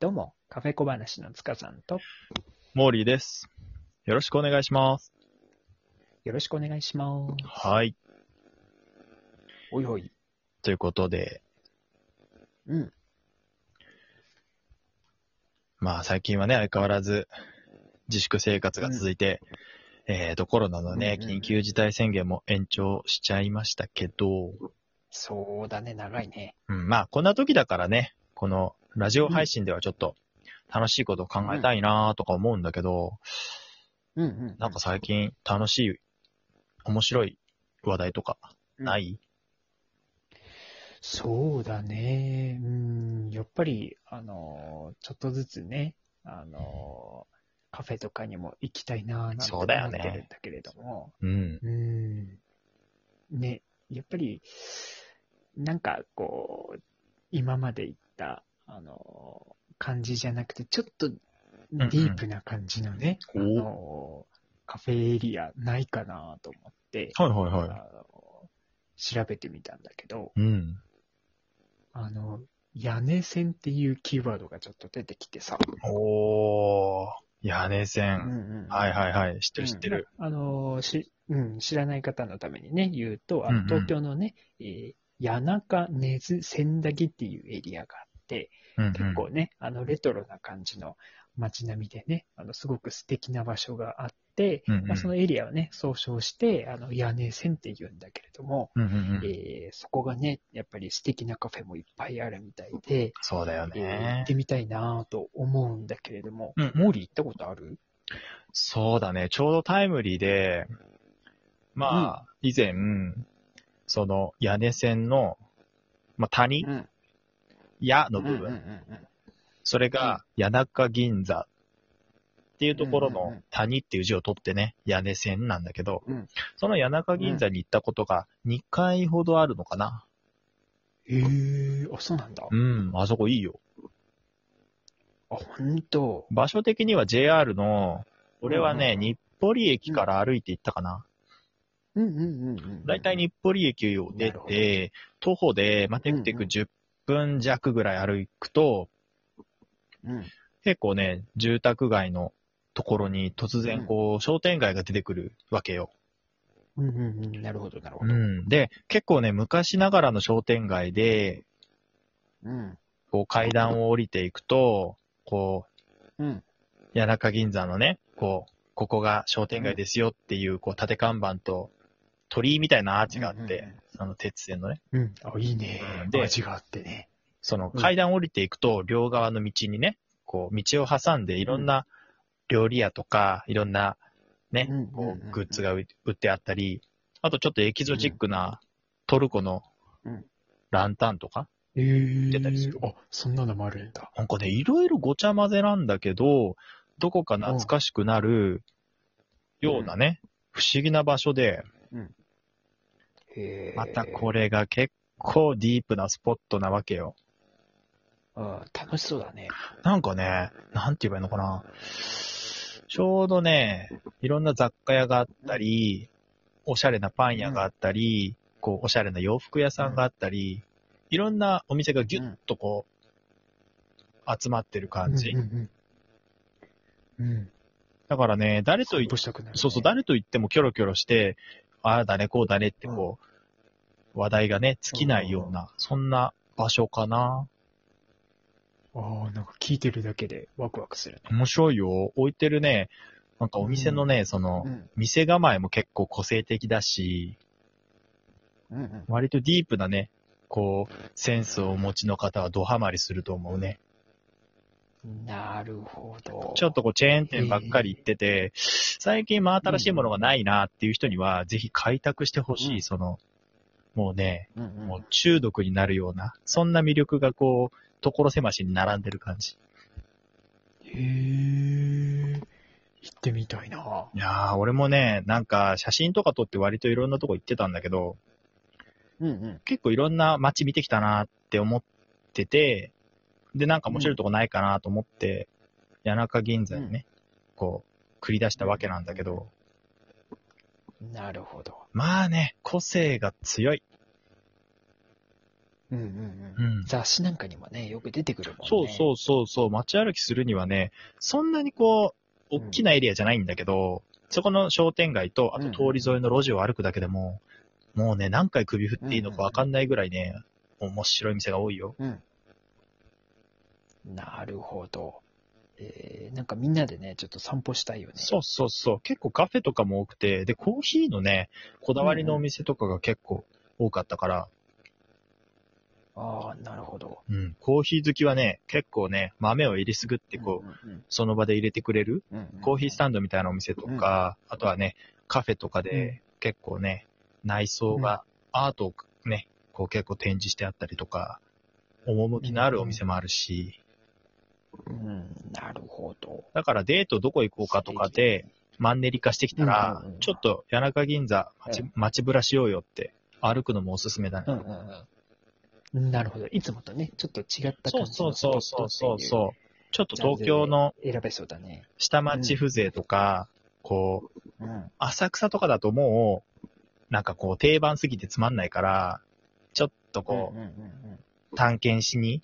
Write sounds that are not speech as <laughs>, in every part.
どうも、カフェ小話の塚さんと、モーリーです。よろしくお願いします。よろしくお願いします。はい。おいおい。ということで、うん。まあ最近はね、相変わらず自粛生活が続いて、えーと、コロナのね、うんうんうん緊急事態宣言も延長しちゃいましたけど、そうだね、長いね。うん、まあこんな時だからね、このラジオ配信ではちょっと楽しいことを考えたいなとか思うんだけど、うんうん。なんか最近楽しい、面白い話題とかない、そうだね。うん、やっぱり、あのー、ちょっとずつね、あのー、カフェとかにも行きたいなぁなんて思そっうだよてねるんだけれども、うん。うん。ね、やっぱり、なんかこう、今まで言った、あのー、感じじゃなくて、ちょっとデんうんィープな感じのね、おあのーカフェエリアないかなと思って、はいはいあはのー調べてみたんだけど、い。うん。あの、屋根線っていうキーワードがちょっと出てきてさ。おー、屋根線。んうんはいい。はいはい。知ってる知ってる。うん。あの、し、うん、知らない方のためにね、言うと、あうんうのん東京のね、えー谷中、根津、千駄木っていうエリアがあって、うんうん結構ね、あの、レトロな感じの街並みでね、あの、すごく素敵な場所があって、うんうんまあ、そのエリアをね、総称して、あの、屋根線って言うんだけれども、うんうんうん。えーそこがね、やっぱり素敵なカフェもいっぱいあるみたいで、そうだよえー行ねっ。てみたいなぁと思うんだけれども、うんモーリー行ったことあるそうだね。ちょうどタイムリーで、まあ、以前、その屋根線の、まあ、谷、うん。屋のうんうん部うんう分、んそれが谷中銀座っていうところうんうんうのん谷っていう字を取ってね、屋根線なんだけどうん、その谷中銀座に行ったことが2回ほどあるのかな。へえー、あ、そうなんだ。あう、ん、あそこいいよ。ほんと。場所的には JR の、俺はね、うんうんうん日暮里駅から歩いて行ったかな。うんうんうんうん。だいたい日暮里駅を出なるほて、徒歩で、まあ、テクテうんうクん10分弱ぐらい歩くと、うん。結構ね、住宅街のところに突然こう、商店街が出てくるわけよ。うんうんうん。なるほど、なるほうど。ん。で、結構ね、昔ながらの商店街で、うん。こう階段を降りていくと、こう、うん。谷中銀座のね、こう、ここが商店街ですよっていう、こう、縦看板と、鳥居みたいなアーチがあって、うんうんうんその鉄線のね、うん。あ、いいね。で味があってね。その階段降りていくと、両側の道にね、こう、道を挟んで、いろんな料理屋とか、いろんな、ねうんうんうん、こう、グッズが売売ってあったり、あとちょっとエキゾチックなトルコのうんランタンとか、えー、出たりするあ、そんなのもあるんだ。なんかね、いろいろごちゃ混ぜなんだけど、どこか懐かしくなるようなね、不思議な場所で、へえ。またこれが結構ディープなスポットなわけよ。あ楽しそうだね。なんかね、なんて言えばいいのかな。ちょうどね、いろんな雑貨屋があったり、おしゃれなパン屋があったり、こう、おしゃれな洋服屋さんがあったり、いろんなお店がギュッとこう、集まってる感じうん。うんうん。うん。だからね、誰とい散、歩したくなるねそうそう、誰と言ってもキョロキョロして、ああだね、こうだねってこう、話題がね、尽きないような、そんな場所かな。ああ、なんか聞いてるだけでワクワクするね。面白いよ。置いてるね、なんかお店のね、その、ん。店構えも結構個性的だし、うんうん。割とディープなね、こう、センスをお持ちの方はドハマりすると思うね。なるほど。ちょっとこう、チェーン店ばっかり行ってて、最近真新しいものがないなっていう人には、ぜひ開拓してほしうんい、その、もうね、うんうん、もう中毒になるような、そんな魅力がこう、所狭しに並んでる感じ。へえ、行ってみたいな。いやー、俺もね、なんか写真とか撮って割といろんなとこ行ってたんだけど、うんうん。結構いろんな街見てきたなって思ってて、で、なんか面白いとこないかなと思って、谷中銀座にね、こう、繰り出したわけなんだけど、なるほど。まあね、個性が強い。うんうんううん。ん。雑誌なんかにもね、よく出てくるもんね。そうそうそうそう、街歩きするにはね、そんなにこう、大きなエリアじゃないんだけど、そこの商店街と、あと通り沿いの路地を歩くだけでも、もうね、何回首振っていいのかわかんないぐらいね、面白い店が多いよ。うん。なるほど。えー、なんかみんなでね、ちょっと散歩したいよね。そうそうそう。結構カフェとかも多くて、で、コーヒーのね、こだわりのお店とかが結構多かったから、ああ、なるほど。うん。コーヒー好きはね、結構ね、豆を入りすぐってこう、うんうんその場で入れてくれるうん、うんうんコーヒースタンドみたいなお店とか、あとはね、カフェとかうんで結構ね、内装が、アートをね、こう結構展示してあったりとか、趣のあるお店もあるし、うん、なるほど。だからデートどこ行こうかとかで、マンネリ化してきたらうんうんうん、ちょっと谷中銀座街うん、街ぶらしようよって、歩くのもおすすめだうんね。うんうん。なるほど。いつもとね、ちょっと違ったそ感うじそうのスポそうッそトうっていそうそう。ちょっと東京の選べそうだね。下町風情とか、こう、うん。浅草とかだともう、なんかこう定番すぎてつまんないから、ちょっとこうんうんうんう探検しに、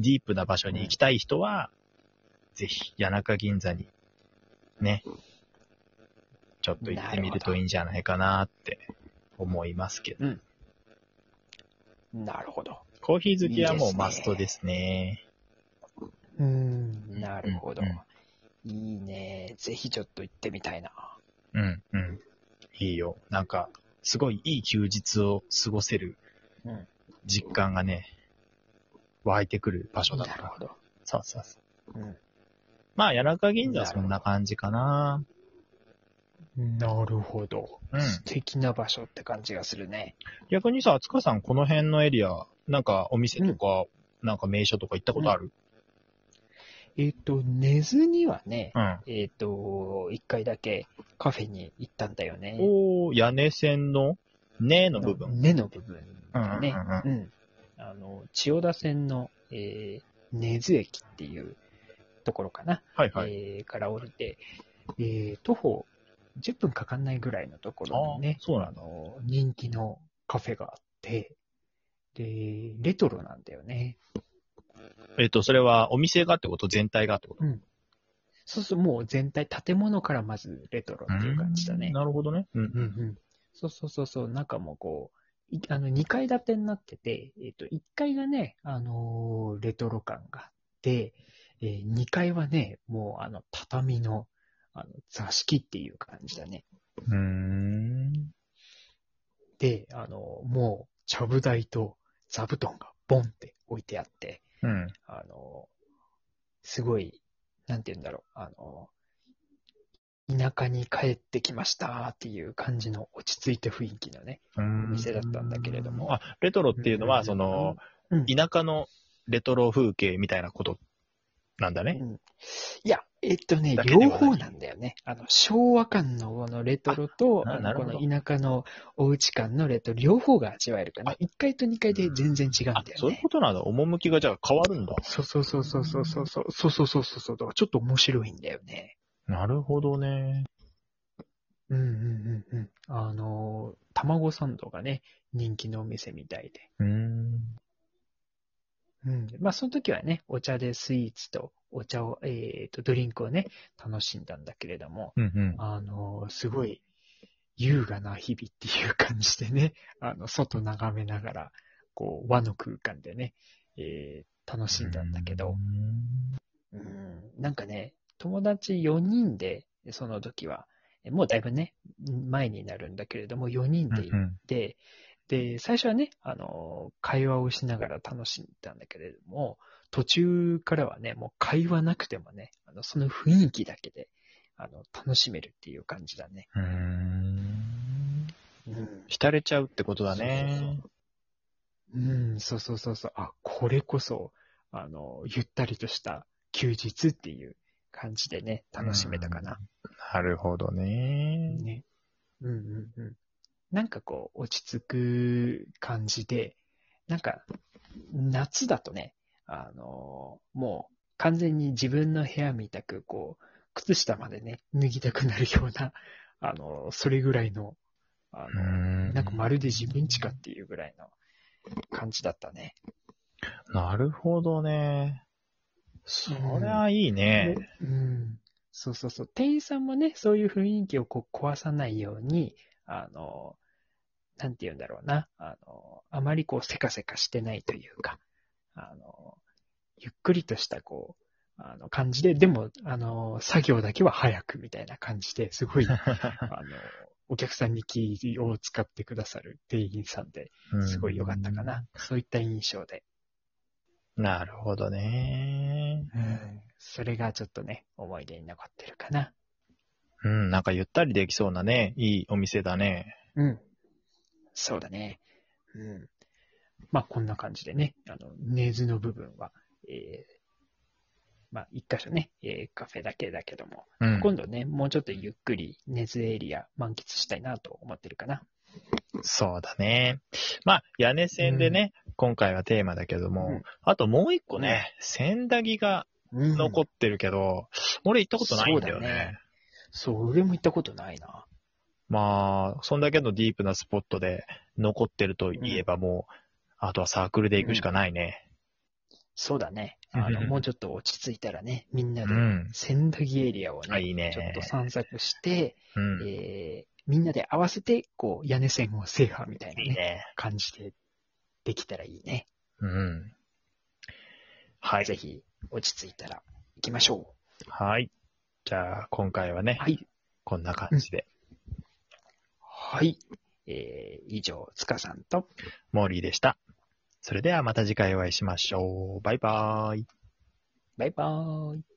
ディープな場所に行きたい人は、ぜひ谷中銀座に、ね、ちょっと行ってみるといいんじゃないかなって思いますけど。うん。なるほど。コーヒー好きはいいもですねうマストですね。うん、なるほどうん。いいね。ぜひちょっと行ってみたいな。うん、うん。いいよ。なんか、すごいいい休日を過ごせるうん実感がね、湧いてくる場所だなかるら。ほど。そうそうそう。うんまあ、谷中銀座はそんな感じかな。なるほど。うん素敵な場所って感じがするね。逆にさ、つかさん、この辺のエリア、なんかお店とか、なんか名所とか行ったことあるえっ、と、根津にはね、うん。えっ、と、一回だけカフェに行ったんだよね。おー、屋根線の、ねの部分。根の部分だね。ううんあの、千代田線の、えー、根津駅っていうところかな。はいはい。えーから降りて、えー徒歩10分かかんないぐらいのところにねあ、そうなあんだ。の、人気のカフェがあって、で、レトロなんだよね。えっと、それはお店がってこと全体がってことそうするともう全体、建物からまずレトロっていう感じだね。なるほどね。うんうんうん。そうそうそうそう、中もこう、いあの2階建てになってて、えっ、と、1階がね、あのーレトロ感があって、え2階はね、もうあの、畳の、あの、座敷っていう感じだね。うん。うーん。で、あのもう、ちゃぶ台と座布団がボンって置いてあって、うん。あのすごい、なんて言うんだろう、あの田舎に帰ってきましたっていう感じの落ち着いた雰囲気のね、うん店だったんだけれどもあ、レトロっていうのうは、んその、うん田舎のレトロ風景みたいなことなんだね。うんいや、えっとね、だけではな両い方なんだよね。あの、昭和感のこのレトロと、ああのなるこほどの田舎のお家感のレトロ、両方が味わえるかなあ。 1階と2階で全然違うんだよあね、。そういうことなんだ。趣がじゃあ変わるんだ。そうそうそうそうそうそうそうそうそうそうそうそうだからちょっと面白いんだよね。なるほどね。うんうんうんうん。あのー、卵サンドがね、人気のお店みたいで。うん。うん。まあ、その時はね、お茶でスイーツとお茶を、えっ、と、ドリンクをね、楽しんだんだけれども、うんうん。あのー、すごい優雅な日々っていう感じでね、あの、外眺めながら、こう、和の空間でね、えー楽しんだんだけど、うんなんかね、友達4人で、その時は、えもうだいぶね、前になるんだけれども、4人うんで行って、で、最初はね、あの、会話をしながら楽しんだんだけれども、途中からはね、もう会話なくてもね、あのその雰囲気だけで、あの、楽しめるっていう感じだね。うん。うん。浸れちゃうってことだね。うん、そうそうそうそう。あ、これこそ、あの、ゆったりとした休日っていう感じでね、楽しめたかな。なるほどね。ね。うんうんうん。なんかこう、落ち着く感じで、なんか、夏だとね、あのーもう完全に自分の部屋みたく、こう、靴下までね、脱ぎたくなるような、あのーそれぐらいの、あのーんなんかまるで自分家かっていうぐらいの、感じだったね。なるほどね。そりゃいいね。でうん。そうそうそう。店員さんもね、そういう雰囲気をこう壊さないように、あの、なんて言うんだろうな。あの、あまりこうせかせかしてないというか、あの、ゆっくりとしたこう、あの感じで、でも、あの、作業だけは早くみたいな感じで、すご <laughs> い、あの、お客さんに気を使ってくださる店員さんで、すごい良かったかな。そういった印象で。うん。なるほどね。それがちょっとね、思い出に残ってるかな。うん、なんかゆったりできそうなね、いいお店だね。うん。そうだね。うん。まあ、こんな感じでね、あの、根津の部分は、えーまあ、一箇所ね、えーカフェだけだけども、うん。今度ね、もうちょっとゆっくり根津エリア満喫したいなと思ってるかな。そうだね。まあ、屋根線でね、今回はテーマだけども、うんあともう一個ね、千駄木が残っってるけど、俺行ったことないんだよね。そうだねそう、俺も行ったことないな。まあ、そんだけのディープなスポットで残ってるといえばもう、あとはサークルで行くしかないね。そうだね。あ <laughs> の、もうちょっと落ち着いたらね、みんなうで、ん。千駄木エリアをあ、ね、いいね。ちょっと散策して、うん。えーみんなで合わせて、こう、屋根線を制覇みたいな、いいね、ね。感じでできたらいいね。うん。はいぜ。ひ、落ち着いたら行きましょはい。じゃあ、今回はう。ね、はい。こんな感じで、はい。えー以上、塚さんと、モーリーでした。それではまた次回お会いしましょう。バイバーイ。バイバーイ。